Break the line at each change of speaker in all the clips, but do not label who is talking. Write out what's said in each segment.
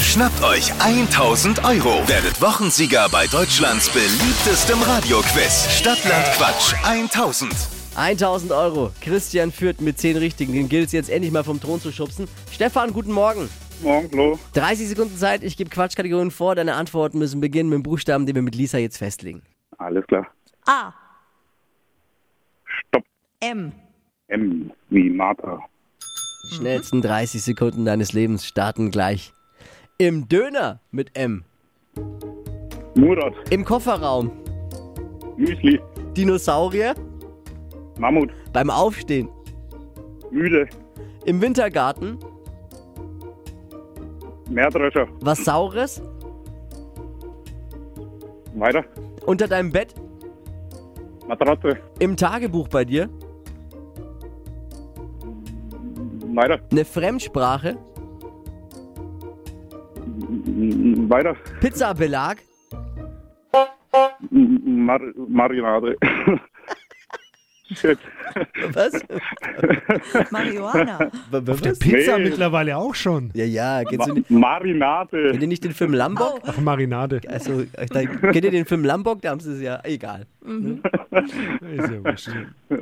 Schnappt euch 1000 Euro. Werdet Wochensieger bei Deutschlands beliebtestem Radioquiz. Stadtland Quatsch 1000.
1000 Euro. Christian führt mit 10 Richtigen. Den gilt es jetzt endlich mal vom Thron zu schubsen. Stefan, guten Morgen.
Morgen, Flo.
30 Sekunden Zeit. Ich gebe Quatschkategorien vor. Deine Antworten müssen beginnen mit dem Buchstaben, den wir mit Lisa jetzt festlegen.
Alles klar.
A.
Stopp.
M.
M wie Martha.
Die schnellsten 30 Sekunden deines Lebens starten gleich. Im Döner mit M.
Murat.
Im Kofferraum.
Müsli.
Dinosaurier.
Mammut.
Beim Aufstehen.
Mühle.
Im Wintergarten.
Mähdrescher.
Was Saures.
Weiter.
Unter deinem Bett.
Matratze.
Im Tagebuch bei dir.
Weiter.
Eine Fremdsprache.
M- Weiter.
Pizzabelag.
M- Mar Marinade. Shit.
Was?
Marihuana.
Auf
Der Pizza
Nee.
mittlerweile auch schon.
Ja, ja, kennst
Ma
du nicht, kennt
Marinade.
ihr nicht den Film Lambok?
Ach, Marinade.
Also, äh, da, kennt ihr den Film Lambok? Da haben sie es ja, egal.
Ist ja wurscht.
Oh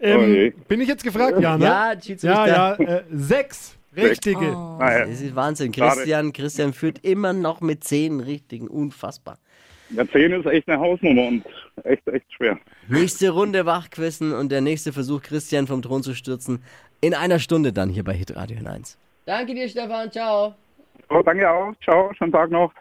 je.
ähm, bin ich jetzt gefragt, ja, ne?
Ja, Schiedsrichter. Oh.
ja. ja äh, sechs richtige.
Ah, ja.
Das ist Wahnsinn.
Schade.
Christian, Christian führt immer noch mit zehn richtigen. Unfassbar.
Ja, 10 ist echt eine Hausnummer und echt, echt schwer.
Nächste Runde Wachquissen und der nächste Versuch, Christian vom Thron zu stürzen. In einer Stunde dann hier bei Hitradio 1. Danke dir, Stefan. Ciao.
So, danke auch. Oh, Ciao. Schönen Tag noch.